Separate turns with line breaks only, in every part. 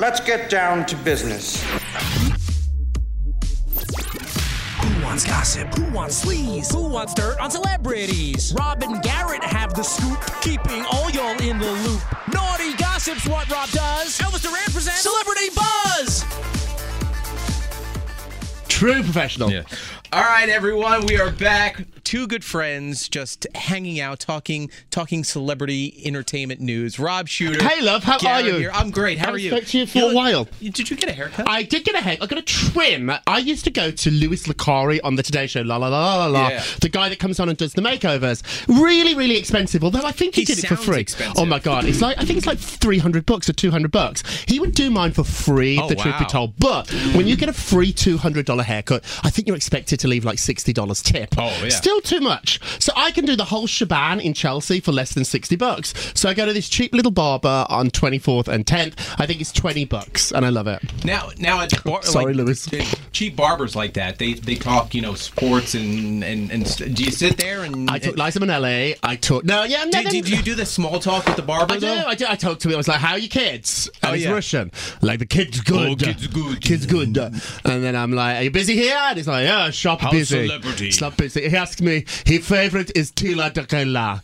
Let's get down to business.
Who wants gossip? Who wants sleaze? Who wants dirt on celebrities? Rob and Garrett have the scoop, keeping all y'all in the loop. Naughty gossip's what Rob does. Elvis Duran presents Celebrity Buzz.
True professional.
Yeah. All right, everyone, we are back. Two good friends just hanging out, talking, talking celebrity entertainment news. Rob Shooter.
Hey, love, how
Garrett
are you?
here. I'm great. How
Haven't
are you?
spoke to you for a
look-
while.
Did you get a haircut?
I did get a head. I got a trim. I used to go to Louis Lacari on the Today Show. La la la la la. la.
Yeah.
The guy that comes on and does the makeovers. Really, really expensive. Although I think he,
He
did it for
sounds
free.
expensive.
Oh my god, it's like I think it's like three hundred bucks or two hundred bucks. He would do mine for free.
Oh,
if the truth be
wow.
told, but when you get a free two hundred dollar haircut, I think you're expected to leave like sixty dollars tip.
Oh, yeah.
Still too much. So I can do the whole shebang in Chelsea for less than sixty bucks. So I go to this cheap little barber on twenty fourth and tenth. I think it's twenty bucks, and I love it.
now, now, at bar-
Sorry,
like,
Louis.
the Cheap barbers like that. They they talk, you know, sports and and and. St- do you sit there and?
I took Liza Minnelli. I took no, yeah, no.
Did,
no,
did you do the small talk with the barber
I do,
though?
I do. I talked to him. I was like, "How are your kids?" And
Oh,
he's
yeah.
Russian. Like the kids good.
Oh, kids good.
Kids good. And then I'm like, "Are you busy here?" And he's like, "Yeah, shop
House
busy.
celebrity.
Shop busy." He asked me. His favorite is Tila Dakela.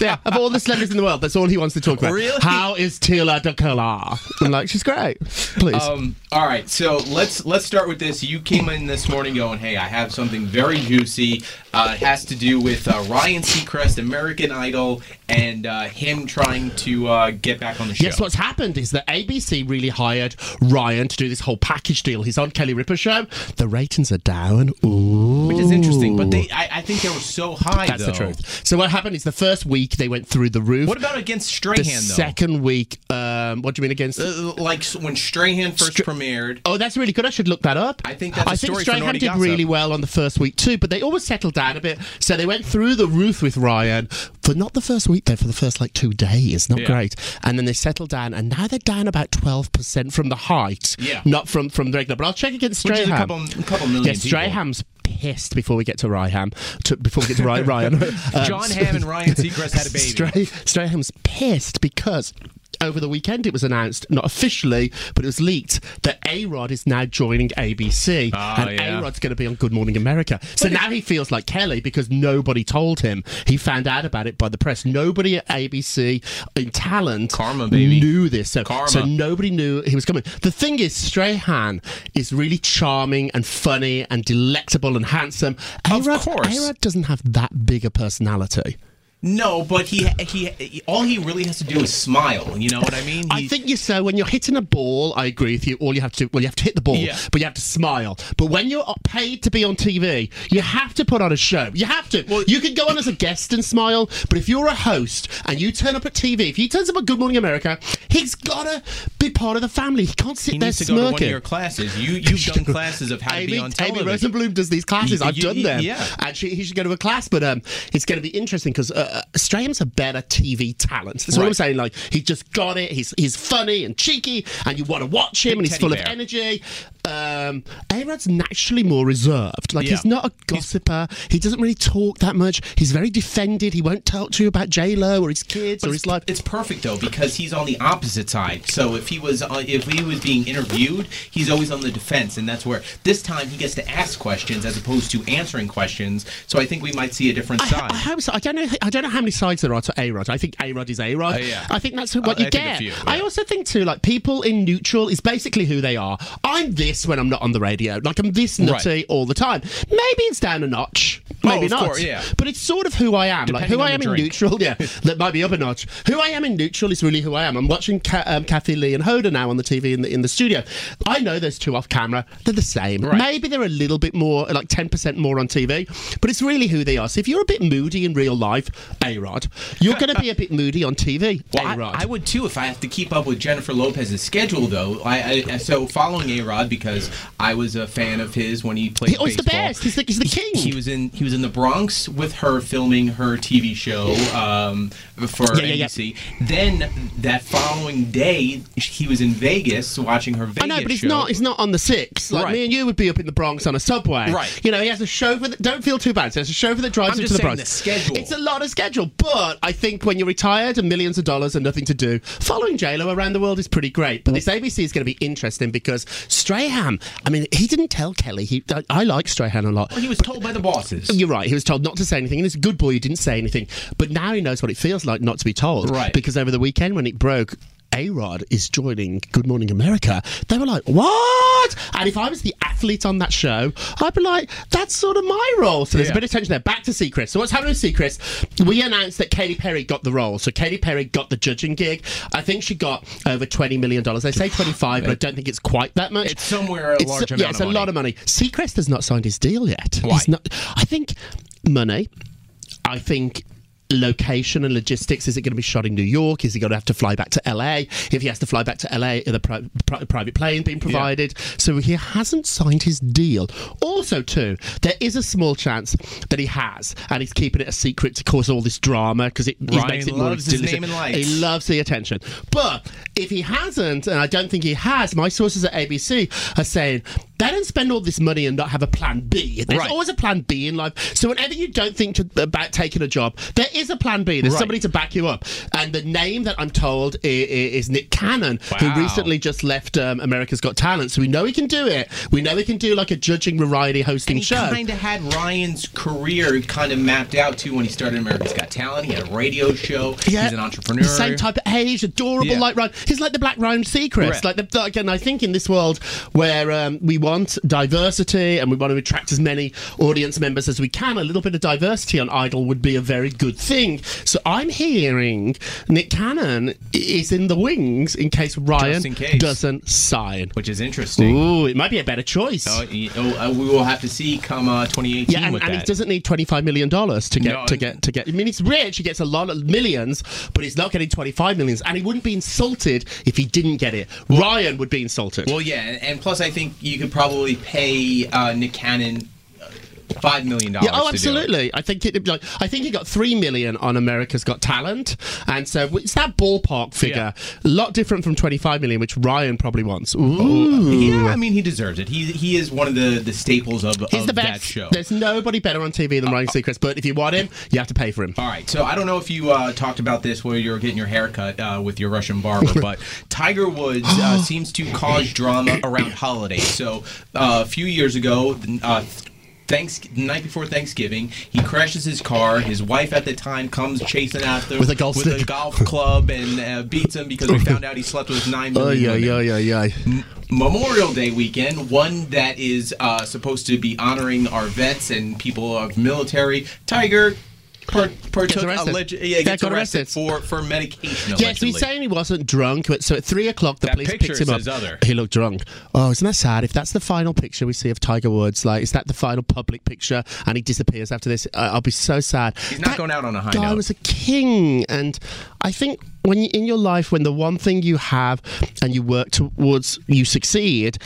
yeah, of all the celebrities in the world, that's all he wants to talk about.
Really?
How is Tila Dakela? I'm like, she's great. Please.
Um, all right, so let's let's start with this. You came in this morning going, "Hey, I have something very juicy. Uh, it has to do with uh, Ryan Seacrest, American Idol, and uh, him trying to uh, get back on the show."
Yes, what's happened is that ABC really hired Ryan to do this whole package deal. He's on Kelly Ripa show. The ratings are down. Ooh.
which is interesting. But they, I, I think they were so high.
That's the
though.
truth. So what happened is the first week they went through the roof.
What about against
the
Strahan though?
second week? Um, what do you mean against?
Uh, like s- when Strahan first premiered.
Oh, that's really good. I should look that up.
I think that's
I
a
think
story for
Strahan
Naughty
did
Gossip.
really well on the first week too, but they always settled down a bit. So they went through the roof with Ryan for not the first week though, for the first like two days. Not
Yeah.
great. And then they settled down, and now they're down about twelve percent from the height.
Yeah.
Not from from the regular. But I'll check against
Which is a
Strahan.
couple- a couple million
Yeah,
people.
Strahan's pissed before we get to Ryan. To, before we get to Ryan. Ryan. Um,
John Hamm and Ryan Seacrest had a baby.
Stray, Straham's pissed because over the weekend it was announced, not officially, but it was leaked that A Rod is now joining ABC. and
Ah, yeah.
A Rod's going to be on Good Morning America. So now he feels like Kelly because nobody told him. He found out about it by the press. Nobody at ABC in talent
Karma, baby.
knew this. So,
Karma.
so nobody knew he was coming. The thing is, Strahan is really charming and funny and delectable and handsome.
Of
A-Rod-
course.
A-Rod doesn't have that big a personality.
No, but he, he he all he really has to do is smile. You know what I mean?
I
He-
think you so when you're hitting a ball. I agree with you. All you have to do, well, you have to hit the ball,
Yeah.
but you have to smile. But when you're paid to be on TV, you have to put on a show. You have to. you can go on as a guest and smile, but if you're a host and you turn up at TV, if he turns up at Good Morning America, he's gotta be part of the family. He can't sit
He
there
needs to
smirking.
go to one of your classes. You you've done classes of how to be on
Amy
television.
Rosenblum does these classes.
Y-
I've
y-
done
y-
them.
yeah.
And she, he should go to a class, but um, it's going to be interesting because uh, Straham's a better TV talent. That's what
Right.
I'm saying. Like he just got it. He's he's funny and cheeky, and you want to watch him, and he's
teddy
full
bear.
of energy. Um, Arad's naturally more reserved. Like
Yeah.
he's not a gossiper. he doesn't really talk that much. He's very defended. He won't talk to you about J Lo or his kids or his life.
It's perfect though because he's on the opposite side. So if he was uh, if he was being interviewed, he's always on the defense, and that's where this time he gets to ask questions as opposed to answering questions. So I think we might see a different
I
side.
hope so. I don't know. I don't know how many sides there are to A Rod. I think A Rod is A Rod.
Oh, yeah.
I think that's what
I-
you
I think a
get.
few, yeah.
I also think too, like people in neutral is basically who they are. I'm this when I'm not on the radio. Like I'm this nutty
Right.
all the time. Maybe it's down a notch.
Oh,
Maybe
of
not.
course, yeah.
But it's sort of who I am. like
Depending
who
on
I am in
the drink.
neutral. Yeah, that might be up a notch. Who I am in neutral is really who I am. I'm watching Ca- um, Kathy Lee and Hoda now on the TV in the in the studio. I know those two off camera. They're the same.
Right.
Maybe they're a little bit more, like ten percent more on TV. But it's really who they are. So if you're a bit moody in real life, A Rod, you're going to be a bit moody on TV.
Well, I,
A Rod.
I would too if I have to keep up with Jennifer Lopez's schedule, though. I, I so following A Rod because I was a fan of his when he played.
He- oh, he's the
baseball.
best. He's the- he's the king.
He, was in. He was in the Bronx with her filming her TV show um, for
Yeah, yeah, yeah.
NBC. Then that following day, he was in Vegas watching her Vegas
I know, Oh, but he's
show.
not. He's not on the six. Like
Right.
me and you would be up in the Bronx on a subway.
Right.
You know, he has a chauffeur. That, don't feel too bad. So he has a chauffeur that drives
I'm
him
just
to the
saying
Bronx.
the schedule.
It's a lot of schedule, but I think when you're retired and millions of dollars and nothing to do, following JLo around the world is pretty great. But this ABC is going to be interesting because Strahan. I mean, he didn't tell Kelly. He. I, I like Strahan a lot.
Well, he was told by the bosses.
You're right. He was told not to say anything, and he's a good boy. He didn't say anything, but now he knows what it feels like not to be told.
Right.
Because over the weekend when it broke, A Rod is joining Good Morning America. They were like, "What?" And if I was the athlete on that show, I'd be like, "That's sort of my role." So there's
Yeah.
a bit of tension there. Back to Seacrest. So what's happening with Seacrest? We announced that Katy Perry got the role. So Katy Perry got the judging gig. I think she got over twenty million dollars. They say twenty-five, but I don't think it's quite that much.
It's somewhere a large amount
Yeah, it's a
of money.
lot of money. Seacrest has not signed his deal yet.
Why?
He's not, I think money. I think location and logistics. Is it going to be shot in New York? Is he going to have to fly back to LA? If he has to fly back to LA, are the pri- pri- private plane being provided? So he hasn't signed his deal. Also, too, there is a small chance that he has, and he's keeping it a secret to cause all this drama because it he
Ryan
makes it
loves
more
his
delicious.
name and lights.
He loves the attention. But if he hasn't, and I don't think he has, my sources at ABC are saying they don't spend all this money and not have a plan B. There's
Right.
always a plan B in life. So whenever you don't think to, about taking a job, there is a plan B. There's
Right.
somebody to back you up. And the name that I'm told is, is Nick Cannon,
Wow.
who recently just left um, America's Got Talent. So we know he can do it. We know he can do like a judging variety hosting
And he
show.
kind of had Ryan's career kind of mapped out too when he started America's Got Talent. He had a radio show. He's an entrepreneur.
The same type of age, adorable
Yeah.
like Ryan. He's like the Black Ryan Seacrest.
Right.
Like the, again, I think in this world where um, we want diversity and we want to attract as many audience members as we can, a little bit of diversity on Idol would be a very good thing. So I'm hearing Nick Cannon is in the wings in case Ryan
in case.
doesn't sign.
which is interesting.
Ooh, it might be a better choice.
Uh, you know, uh, we will have to see come uh, 2018
Yeah, and,
with
and he
that.
doesn't need twenty five million dollars to get
No,
to
and-
get to get. I mean, he's rich; he gets a lot of millions, but he's not getting twenty five millions. And he wouldn't be insulted if he didn't get it. Ryan would be insulted.
well, yeah, and, and plus I think you could probably pay uh, Nick Cannon uh, five million dollars.
yeah, oh,
to do it.
absolutely. I think it. Like, I think he got three million on America's Got Talent, and so it's that ballpark figure. A lot different from twenty-five million, which Ryan probably wants. Ooh,
Yeah, Oh, I mean he deserves it. He he is one of the, the staples of,
Mm. he's
of
the best.
that show.
There's nobody better on TV than Ryan Seacrest. But if you want him, you have to pay for him.
All right, so I don't know if you uh, talked about this while you were getting your haircut uh, with your Russian barber, but Tiger Woods uh, seems to cause drama around holidays. So uh, a few years ago, uh, thanks the night before Thanksgiving, he crashes his car. His wife at the time comes chasing after him
With a golf
with a
stick.
golf club and uh, beats him because we found out he slept with nine
Oh
million
yeah,
women.
yeah, yeah, yeah.
Memorial Day weekend, one that is uh, supposed to be honoring our vets and people of military. Tiger per- partook
arrested.
alleged- yeah,
Yeah,
gets
got
arrested,
arrested.
for for medication.
Yes, he's
allegedly.
saying he wasn't drunk. But so at three o'clock, the
That
police
picture
picked him up.
says other.
He looked drunk. Oh, isn't that sad? If that's the final picture we see of Tiger Woods, like is that the final public picture, and he disappears after this? I I'll be so sad.
He's not
That
going out on a high
Guy
note.
was a king, and I think when you, in your life, when the one thing you have and you work towards, you succeed.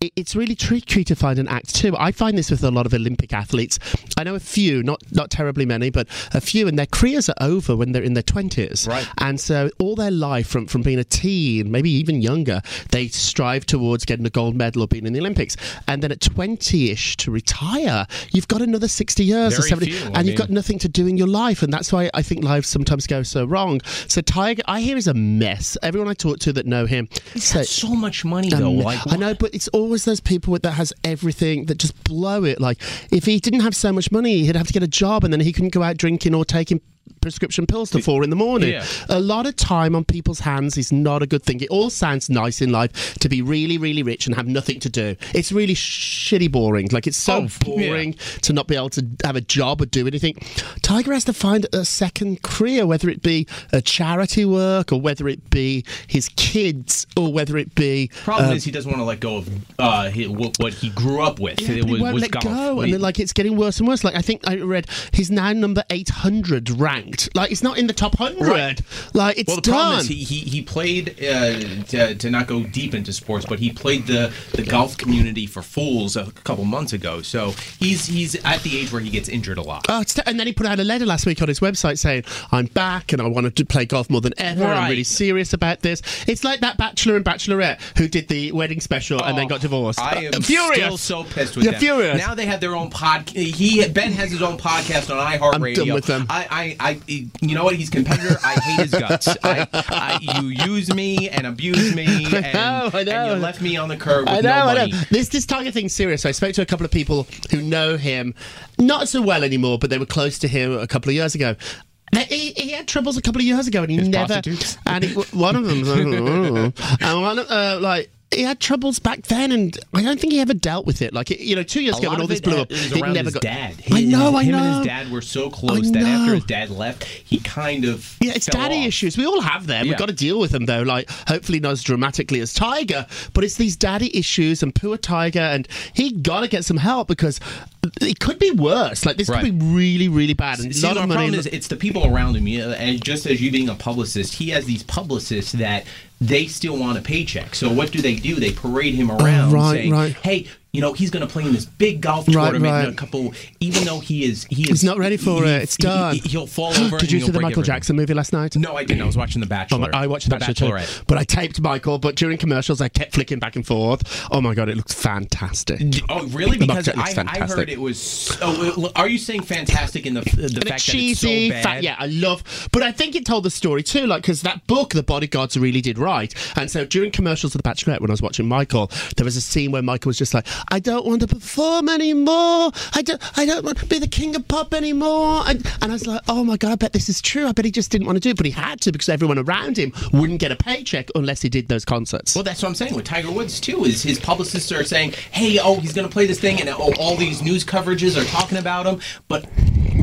it- It's really tricky to find an act too. I find this with a lot of Olympic athletes. I know a few, not not terribly many, but a few, and their careers are over when they're in their twenties.
Right.
And so all their life, from, from being a teen, maybe even younger, they strive towards getting a gold medal or being in the Olympics. And then at 20 ish to retire, you've got another 60 years or
Very
70,
few, I
and you've got
mean.
nothing to do in your life. And that's why I think lives sometimes go so wrong. So Tiger, I hear, is a mess. Everyone I talk to that know him.
He's
say-
got so much money
um,
though. Like,
I know, but it's always those people with- that has everything that just blow it. Like if he didn't have so much money, he'd have to get a job, and then he couldn't go out drinking or taking prescription pills till four in the morning.
Yeah.
A lot of time on people's hands is not a good thing. It all sounds nice in life to be really, really rich and have nothing to do. It's really shitty boring. Like it's so
Oh, yeah.
boring to not be able to have a job or do anything. Tiger has to find a second career, whether it be a charity work or whether it be his kids or whether it be
Problem is, he doesn't want to let go of uh, hi- what, what he grew up with.
Yeah,
It
but
was-
he won't
was
let
golf.
go,
He-
and then like it's getting worse and worse. Like I think I read he's now number eight hundred ranked out. Like it's not in the top hundred.
Right.
Like it's
Well, the problem
done.
is he, he, he played uh, to, to not go deep into sports, but he played the, the golf community for fools a couple months ago. So he's he's at the age where he gets injured a lot.
Oh, it's t- and then he put out a letter last week on his website saying, "I'm back and I want to play golf more than ever. I'm
Right.
really serious about this." It's like that bachelor and bachelorette who did the wedding special and then got divorced.
Oh, I am
Uh, furious.
still so pissed with
You're
them.
furious.
Now they have their own podcast. He Ben has his own podcast on iHeartRadio.
I'm done with them.
I, I, I, you know what? He's a competitor. I hate his guts. I, I, you use me and abuse me, and,
know, I
and
know.
you left me on the curb with
I know,
no
I
money.
know. This this Tiger thing's serious. I spoke to a couple of people who know him, not so well anymore, but they were close to him a couple of years ago. That- He, he had troubles a couple of years ago, and he never.
prostitutes?
And he, one of them, and one of, uh, like he had troubles back then, and I don't think he ever dealt with it. Like you know, two years
A
ago
lot
when all
of
this
it
blew up,
is
he
around
never
his
got.
dad.
I know, I
him
know.
and his dad were so close
I
that after his
know.
dad left, he kind of
Yeah, it's
fell
daddy
off.
issues. We all have them. We've
Yeah.
got to deal with them, though. Like, hopefully not as dramatically as Tiger, but it's these daddy issues and poor Tiger, and he got to get some help because it could be worse. Like, this
Right.
could be really, really bad. And
See,
a lot
the
of money.
problem is it's the people around him. You know, and just as you being a publicist, he has these publicists that they still want a paycheck. So what do they do? They parade him around,
Oh, right,
saying,
right.
"Hey, you know, he's going to play in this big golf
Right,
tournament in
right.
a couple. Even though he is, he is,
He's not ready for
he-
it. It's
he-
done.
He, will fall over. and
Did you
he'll
see the
break
Michael
everything.
Jackson movie last night?
No, I didn't. I was watching The
Oh
Bachelor.
my, I watched that too,
Bachelorette.
but I taped Michael. But during commercials, I kept flicking back and forth. Oh my god, it looked fantastic!
Oh really?
The
Because
Bachelor looks
I, I
fantastic.
heard it was. So, are you saying fantastic in the the
And
fact
it's cheesy,
that it's so bad?
fat, yeah, I love. But I think it told the story too, like because that book, The Bodyguards, really did right. And so during commercials of The Bachelorette, when I was watching Michael, there was a scene where Michael was just like, "I don't want to perform anymore. I don't, I don't want to be the king of pop anymore." And, and I was like, "Oh my god, I bet this is true. I bet he just didn't want to do it, but he had to because everyone around him wouldn't get a paycheck unless he did those concerts."
Well, that's what I'm saying with Tiger Woods too. Is his publicists are saying, "Hey, oh, he's going to play this thing," and oh, all these news coverages are talking about him. But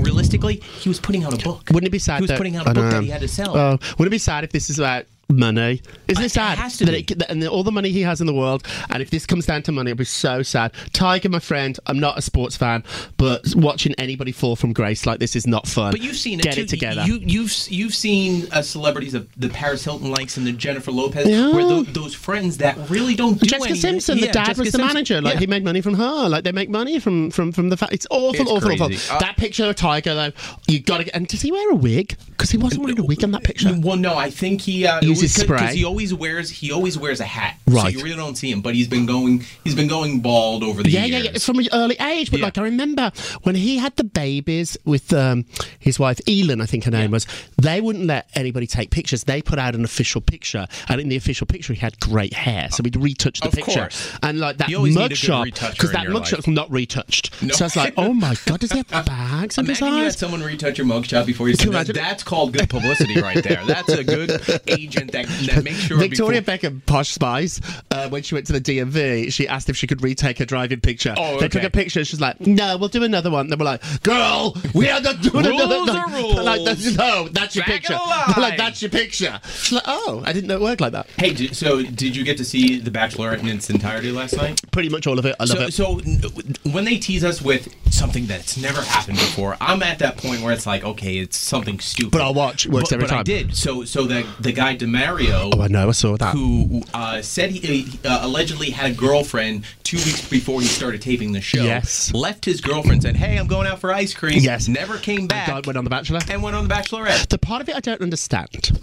realistically, he was putting out a book.
Wouldn't it be sad?
He was
that,
putting out a
I
book
know.
that he had to sell.
Oh, wouldn't it be sad if this is about money? Isn't
Uh,
it
it
sad
has to
that
be.
it, that, and all the money he has in the world? And if this comes down to money, it'll be so sad. Tiger, my friend, I'm not a sports fan, but watching anybody fall from grace like this is not fun.
but you've seen it
get
too.
it together.
You, you've you've seen uh, celebrities of the Paris Hilton likes and the Jennifer Lopez,
Yeah.
where tho- those friends that really don't do
Jessica
anything-
Simpson,
Yeah,
the dad
Jessica
was the
Simpson.
manager. Like
Yeah.
he made money from her. Like they make money from from from the fact. It's awful,
It's
awful,
crazy.
awful.
Uh,
that picture of Tiger though, you got to get. And does he wear a wig? Because he wasn't wearing a wig in that picture.
Mm, Well, no, I think he uh, it
Uses
was 'cause- 'cause
spray.
He always wears he always wears a hat, so
Right.
you really don't see him. But he's been going he's been going bald over the
Yeah, yeah,
years.
yeah. From an early age, but
Yeah.
like I remember when he had the babies with um, his wife Elin, I think her name was. They wouldn't let anybody take pictures. They put out an official picture, and in the official picture, he had great hair. So we'd retouch the
Of
picture,
course.
and like that
You always need a good
mugshot
retoucher
because
in
that
your life.
mugshot's not retouched. So I was like, oh my god, does he have bags under his
Imagine you had
eyes?
someone retouch your mugshot before you
Can you
send it.
imagine?
That's called good publicity right there. That's a good agent that, that makes sure.
Victoria
before,
Beckham, posh spice, uh, when she went to the DMV, she asked if she could retake her driving picture.
Oh,
They took
okay.
a picture. She's like, "No, we'll do another one." They were like, "Girl, we are not doing
Rules
another."
are
They're Like,
rules.
no, that's your
Back in
picture.
the
They're
line.
like, that's your picture. She's like, "Oh, I didn't know it worked like that."
Hey, d- so did you get to see The Bachelorette in its entirety last night?
Pretty much all of it. I love it.
So, so n- when they tease us with something that's never happened before, I'm at that point where it's like, okay, it's something stupid.
But I'll watch. It works
But-
every
but I
time.
did. So, so the the guy Demario.
oh, I know. I saw that.
who uh, said he uh, allegedly had a girlfriend two weeks before he started taping the show.
Yes.
Left his girlfriend, said, "Hey, I'm going out for ice cream."
Yes. Oh,
Never came back.
God went on the Bachelor.
and went on the Bachelorette.
The part of it I don't understand.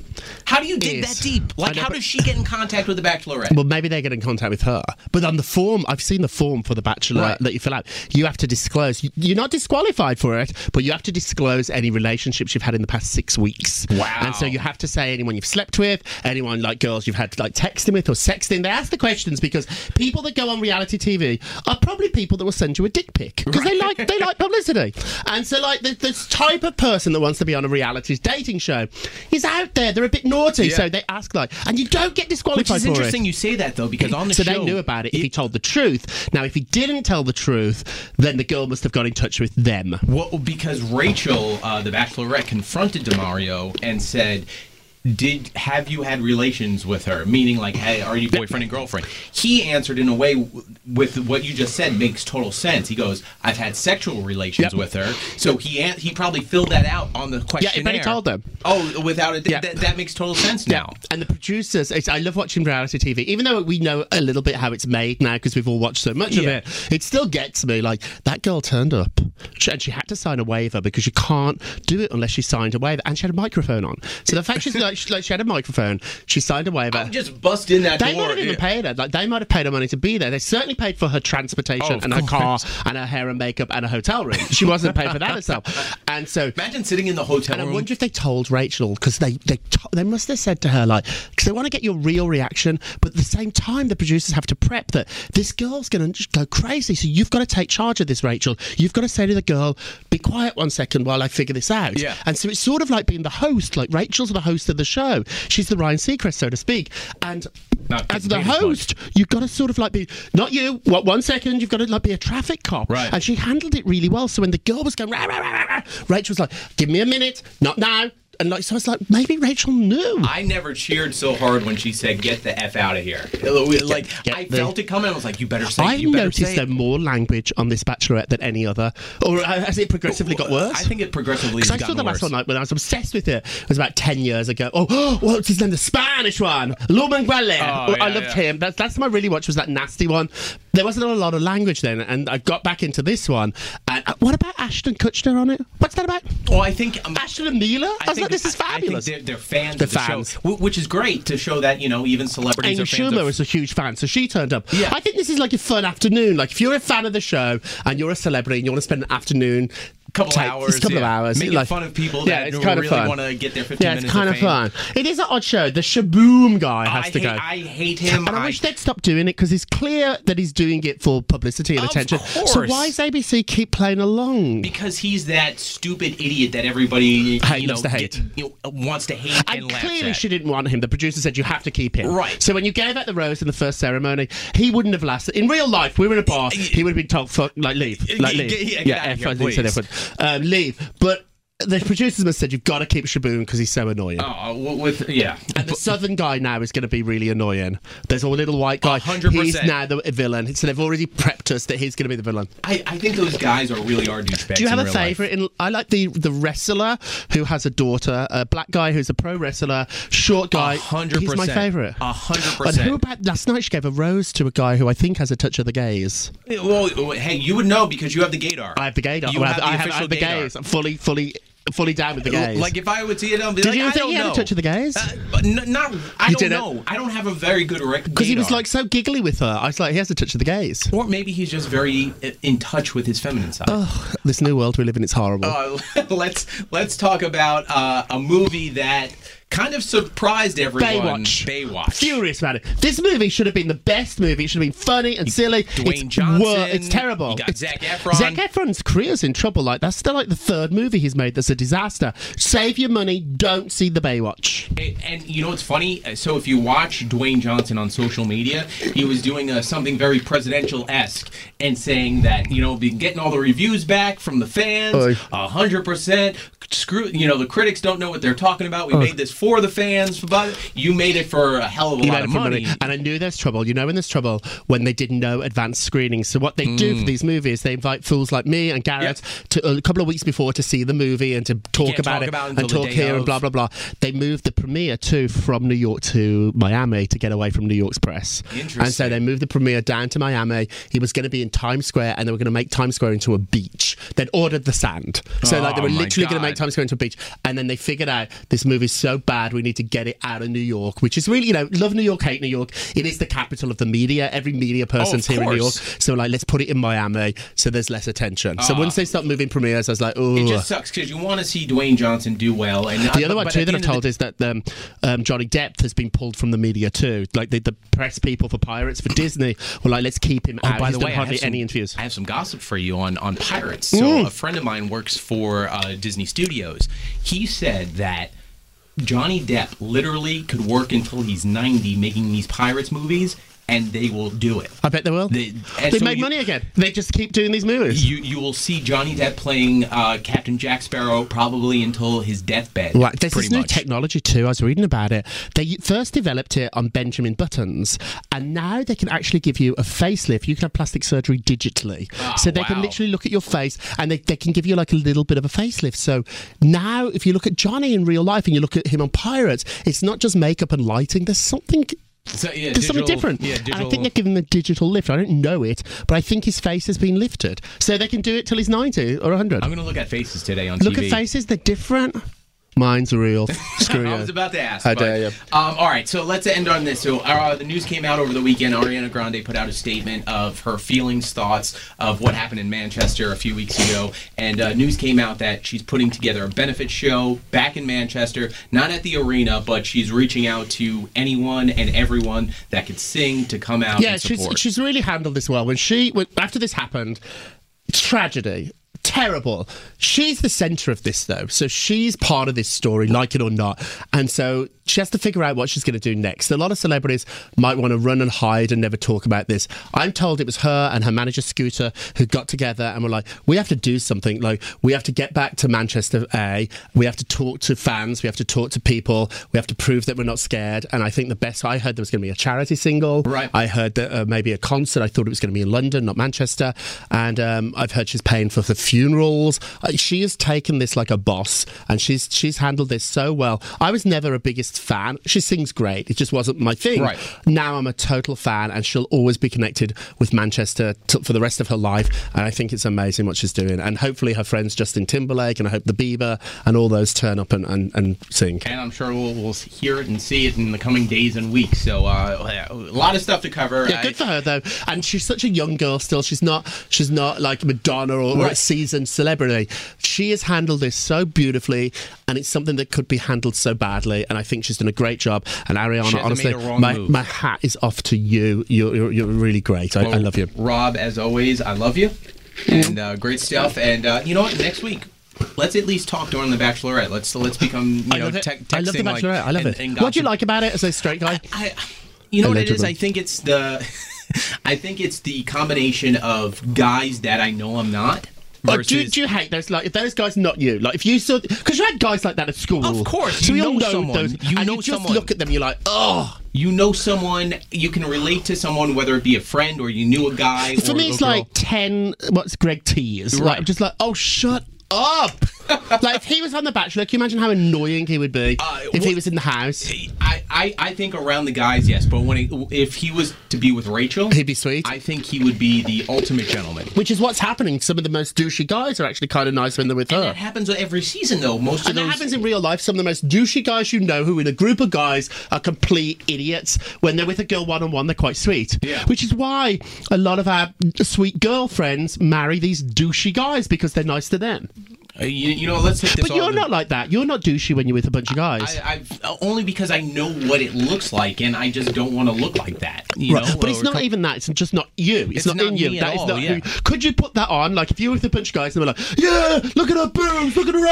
How do you dig
Is-
that deep?
I
Like,
know,
how
but-
does she get in contact with the Bachelorette?
Well, maybe they get in contact with her. But on the form, I've seen the form for the bachelor
Right.
that you fill out. You have to disclose. you- You're not disqualified for it, but you have to disclose any relationships you've had in the past six weeks.
Wow.
And so you have to say anyone you've slept with, anyone like girls you've had like texting with or sexting. They ask the questions because people that go on reality TV are probably people that will send you a dick pic because they like they like publicity. And so like the, this type of person that wants to be on a reality dating show is out there. They're a bit naughty,
Yeah.
so they ask like, and you don't get disqualified
Which is
for it
interesting you say that though, because on the
so
show
they knew about it if he told the truth. Now, if he didn't tell the truth, then the girl must have got in touch with them.
Well, because Rachel, uh, the Bachelorette, confronted Demario and said, did have you had relations with her? Meaning, like, hey, are you boyfriend and girlfriend? He answered in a way w- with what you just said makes total sense. He goes, I've had sexual relations
Yep.
with her. So he an- he probably filled that out on the questionnaire.
told them.
Oh, without it,
Yeah.
that, that makes total sense
Yeah.
now.
And the producers, it's, I love watching reality TV, even though we know a little bit how it's made now because we've all watched so much of
Yeah.
it. It still gets me like that girl turned up she, and she had to sign a waiver because you can't do it unless she signed a waiver. And she had a microphone on. So the fact she's like, she, like she had a microphone, she signed a waiver.
I'm just bust in that
They
door.
might have even
Yeah.
paid her. Like they might have paid her money to be there. They certainly paid for her transportation
Oh, of
and her car and her hair and makeup and her hotel room. She wasn't paid for that herself. And so
Imagine sitting in the hotel
and I
room.
wonder if they told Rachel because they they to- they must have said to her like because they want to get your real reaction, but at the same time the producers have to prep that this girl's going to go crazy. So you've got to take charge of this, Rachel. You've got to say to the girl, "Be quiet one second while I figure this out."
Yeah.
And so it's sort of like being the host. Like Rachel's the host of the show. She's the Ryan Seacrest, so to speak. And
Not
as the
getting paid as much.
host, you've got to sort of like be not you. What one second you've got to like be a traffic cop.
Right.
And she handled it really well. So when the girl was going, rah, rah, rah, rah, rah, Rachel was like, "Give me a minute, not now." And like, so I was like, maybe Rachel knew.
I never cheered so hard when she said, "Get the f out of here." Like
get
I
the-
felt it coming. I was like, "You better say." it,
I've
you better
noticed
say
there
it.
more language on this Bachelorette than any other, or uh, has it progressively got worse?
I think it progressively.
Because I
has
saw
gotten
the last
worse.
one night when I was obsessed with it. It was about ten years ago. Oh, what's his name? The Spanish one, Lord Manuel. Oh, I
yeah,
loved
yeah.
him. That's last time I really watched was that nasty one. There wasn't a lot of language then, and I got back into this one. And uh, what about Ashton Kutcher on it? What's that about?
Oh, I think. um,
Ashton and Mila? I, was like, this is
I- I think
fabulous.
they're, they're fans
They're
of the
fans.
show, wh- which is great to show that you know even celebrities
Amy
are fans
Schumer
of.
was a huge fan, so she turned up.
Yeah.
I think this is like a fun afternoon. Like if you're a fan of the show and you're a celebrity and you want to spend an afternoon,
Couple
take-
hours,
it's a couple of
yeah.
hours,
Making
like-
fun of people
Yeah,
that
it's
don't
kind of
really
fun.
wanna get their 15
Yeah, it's
minutes
kind
of
of
fame.
fun. It is an odd show. The Shaboom guy has
I
to
hate,
go.
I hate him.
and I,
I-
wish they'd stop doing it because it's clear that he's doing it for publicity and
Of
attention. So
course.
why does ABC keep playing along?
because he's that stupid idiot that everybody
Hates
you know,
to hate.
get- you know, wants to hate and,
and
laughs
clearly
at.
she didn't want him. The producer said you have to keep him.
Right.
So when you gave out the rose in the first ceremony, he wouldn't have lasted. In real life, we were in a bar. He would have been told, "Fuck, like leave, like
Get-
leave,
get- get out of
F-
here,
I think he said
please.
F- um, leave." But the producers must have said you've got to keep Shaboon because he's so annoying.
Oh, w- with yeah,
And the southern guy now is going to be really annoying. There's a little white guy.
100%.
He's now the villain. So they've already prepped us that he's going to be the villain.
I, I think those guys are really are douchebags.
Do you have
in
a
real life.
favorite? In I like the the wrestler who has a daughter, a black guy who's a pro wrestler, short guy.
A hundred
He's my
percent.
favorite.
A hundred
And who
percent.
about last night? She gave a rose to a guy who I think has a touch of the gays.
Well, well, hey, you would know because you have the gaydar.
I have the gaydar.
You
Well,
have the
I, have, I
official
have the
gaydar.
gays. I'm fully, fully, fully down with the gays.
Like if I would see it, I'd be
Did
like,
you
I
think
don't
he had
know.
a touch of the gays?
Uh, but n- not, I
You
don't
didn't?
know. I don't have a very good record.
because he was like so giggly with her. I was like, he has a touch of the gays.
or maybe he's just very i- in touch with his feminine side.
This new world we live in, it's horrible.
Uh, let's let's talk about uh, a movie that kind of surprised everyone.
Baywatch.
Baywatch.
Furious about it. This movie should have been the best movie. It should have been funny and silly.
Dwayne
it's
Johnson.
wor- it's terrible.
You got
It's-
Zac Efron.
Zac Efron's career's in trouble. Like that's still like the third movie he's made that's a disaster. Save your money. Don't see the Baywatch.
And, and you know what's funny? Uh, So if you watch Dwayne Johnson on social media, he was doing uh something very presidential esque and saying that you know been getting all the reviews back from the
Oy.
fans, a hundred percent. Screw you know the critics don't know what they're talking about. We made this for the fans, but you made it for a hell of a
You
lot
know,
of
for
money.
And I knew there's trouble. You know when there's trouble when they did no advance screenings. So what they do
Hmm.
for these movies, they invite fools like me and Garrett to a couple of weeks before to see the movie and to talk
can't
about
talk
it
about it
and
until the
talk
day
here and
of.
blah blah blah. They moved the premiere too from New York to Miami to get away from New York's press. And so
Interesting.
they moved the premiere down to Miami. It was going to be in Times Square, and they were going to make Times Square into a beach. They'd ordered the sand, so like they
Oh,
were
my
literally going to make
God.
Times Square into a beach. And then they figured out this movie's so bad, we need to get it out of New York, which is really you know love New York, hate New York. It is the capital of the media. Every media person's here in New York.
Oh, course.
So like let's put it in Miami, so there's less attention. So once they start moving premieres, I was like, oh.
Ah. It just sucks because you want to see Dwayne Johnson do well. And
The other one
but
too
at
that
the
I've
end of
told
the-
is that um, um, Johnny Depp has been pulled from the media too. Like the, the press people for Pirates for Disney were like, let's keep him out.
Oh,
Uh,
by
He's
the
done
way, I
hardly
have some-
any interviews. Mm.
I have some gossip for you on on pirates. So a friend of mine works for uh, Disney Studios. He said that Johnny Depp literally could work until he's ninety making these pirates movies. and they will do it.
I bet they will.
They-
They,
and so
make
you-
money again. They just keep doing these movies.
You you will see Johnny Depp playing uh, Captain Jack Sparrow probably until his deathbed.
Like there's
pretty
this new
much.
technology too. I was reading about it. They first developed it on Benjamin Buttons, and now they can actually give you a facelift. You can have plastic surgery digitally, so they
Ah, wow.
can literally look at your face and they, they can give you like a little bit of a facelift. So now, if you look at Johnny in real life and you look at him on Pirates, it's not just makeup and lighting. There's something.
So, yeah,
There's something
digital-
different.
Yeah, digital.
And I think they're giving him a digital lift. I don't know it, but I think his face has been lifted. So they can do it till he's 90 or 100.
I'm gonna look at faces today on
Look
TV.
at faces, they're different. Mine's real. Screw
I was
you.
about to ask.
How
but,
dare you.
Um, all right, so let's end on this. So uh, the news came out over the weekend. Ariana Grande put out a statement of her feelings, thoughts of what happened in Manchester a few weeks ago, and uh, news came out that she's putting together a benefit show back in Manchester, not at the arena, but she's reaching out to anyone and everyone that could sing to come out.
Yeah,
and
she's
support.
she's really handled this well. When she when, after this happened, tragedy. Terrible. She's the centre of this, though. So she's part of this story, like it or not. And so she has to figure out what she's going to do next. A lot of celebrities might want to run and hide and never talk about this. I'm told it was her and her manager, Scooter, who got together and were like, we have to do something. Like, we have to get back to Manchester A. We have to talk to fans. We have to talk to people. We have to prove that we're not scared. And I think the best I heard there was going to be a charity single.
Right.
I heard that uh, maybe a concert. I thought it was going to be in London, not Manchester. And um, I've heard she's paying for the funerals. Uh, she has taken this like a boss, and she's she's handled this so well. I was never a biggest fan. She sings great. It just wasn't my thing.
Right.
Now I'm a total fan, and she'll always be connected with Manchester t- for the rest of her life. And I think it's amazing what she's doing. And hopefully her friends Justin Timberlake and I hope the Bieber and all those turn up and and, and sing.
and I'm sure we'll, we'll hear it and see it in the coming days and weeks. So uh, a lot of stuff to cover.
Yeah, good for her though. And she's such a young girl still. She's not she's not like Madonna or, or a
Right.
seasoned celebrity. She has handled this so beautifully and it's something that could be handled so badly. And I think she's done a great job. And Ariana,
hasn't
honestly,
made a wrong
my,
move.
my hat is off to you. You're you're, you're really great. I, I love you.
Oh, Rob, as always, I love you. And uh, great stuff. And uh, you know what? Next week, let's at least talk during the Bachelorette. Let's let's become you
I
know
love it.
tech texting
I love the
like-
Bachelorette. I love
and-
it.
and
what do you
gossip.
like about it as a straight guy?
I, you know what it is?
Allegedly.
I think it's the, I think it's the combination of guys that I know I'm not.
Like, Oh, do,
versus-
do you hate those? Like, if those guys, not you. Like, if you saw, because you had guys like that at school.
Of course,
So
you
we
know
all know
someone.
Those,
You
and
know
you just
someone.
look at them, you're like, oh.
you know someone, you can relate to someone, whether it be a friend or you knew a guy.
For
or
me,
a
it's
girl.
like ten. What's Greg T is
Right.
like? I'm just like, oh, shut up. like if he was on The Bachelor, can you imagine how annoying he would be if
well-
he was in the house?
I, I, I think around the guys, yes, but when it, if he was to be with Rachel,
He'd be sweet.
I think he would be the ultimate gentleman.
Which is what's happening. Some of the most douchey guys are actually kind of nice when they're with
And
her.
that happens every season, though. Most of
And that
those.
happens in real life. Some of the most douchey guys you know, who in a group of guys are complete idiots. When they're with a girl one on one, they're quite sweet.
Yeah.
Which is why a lot of our sweet girlfriends marry these douchey guys because they're nice to them.
Uh, you, you know, let's hit this.
but
all
you're
in-
not like that. You're not douchey when you're with a bunch of guys.
I, I've uh, only because I know what it looks like, and I just don't want to look like that. You
Right.
know,
but it's
or
not
come-
even that. It's just not you. It's,
It's
not,
not
in you.
me at
That is
all,
not
yeah.
who. Could you put that on? Like if you were with a bunch of guys and they were like, "Yeah, look at her boobs, look at her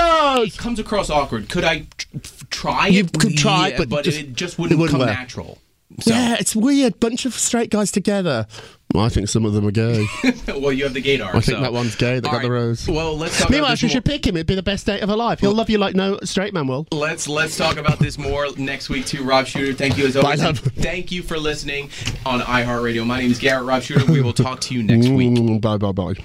It
ass."
comes across awkward. Could I tr- f- try?
You
it?
could try,
Yeah,
but just-
it just wouldn't,
it wouldn't
come
work.
natural. So,
Yeah, it's weird. Bunch of straight guys together. Well, I think some of them are gay.
well, you have the gaydar.
I think that one's gay that got the rose.
Well, let's talk. about
Meanwhile,
this
she
more-
should pick him. It'd be the best date of her life. He'll love you like no straight man will.
Let's let's talk about this more next week too. Rob Shooter, thank you as always.
love.
Thank you for listening on iHeartRadio. My name is Garrett Rob Shooter. We will talk to you next week.
Mm, Bye bye bye.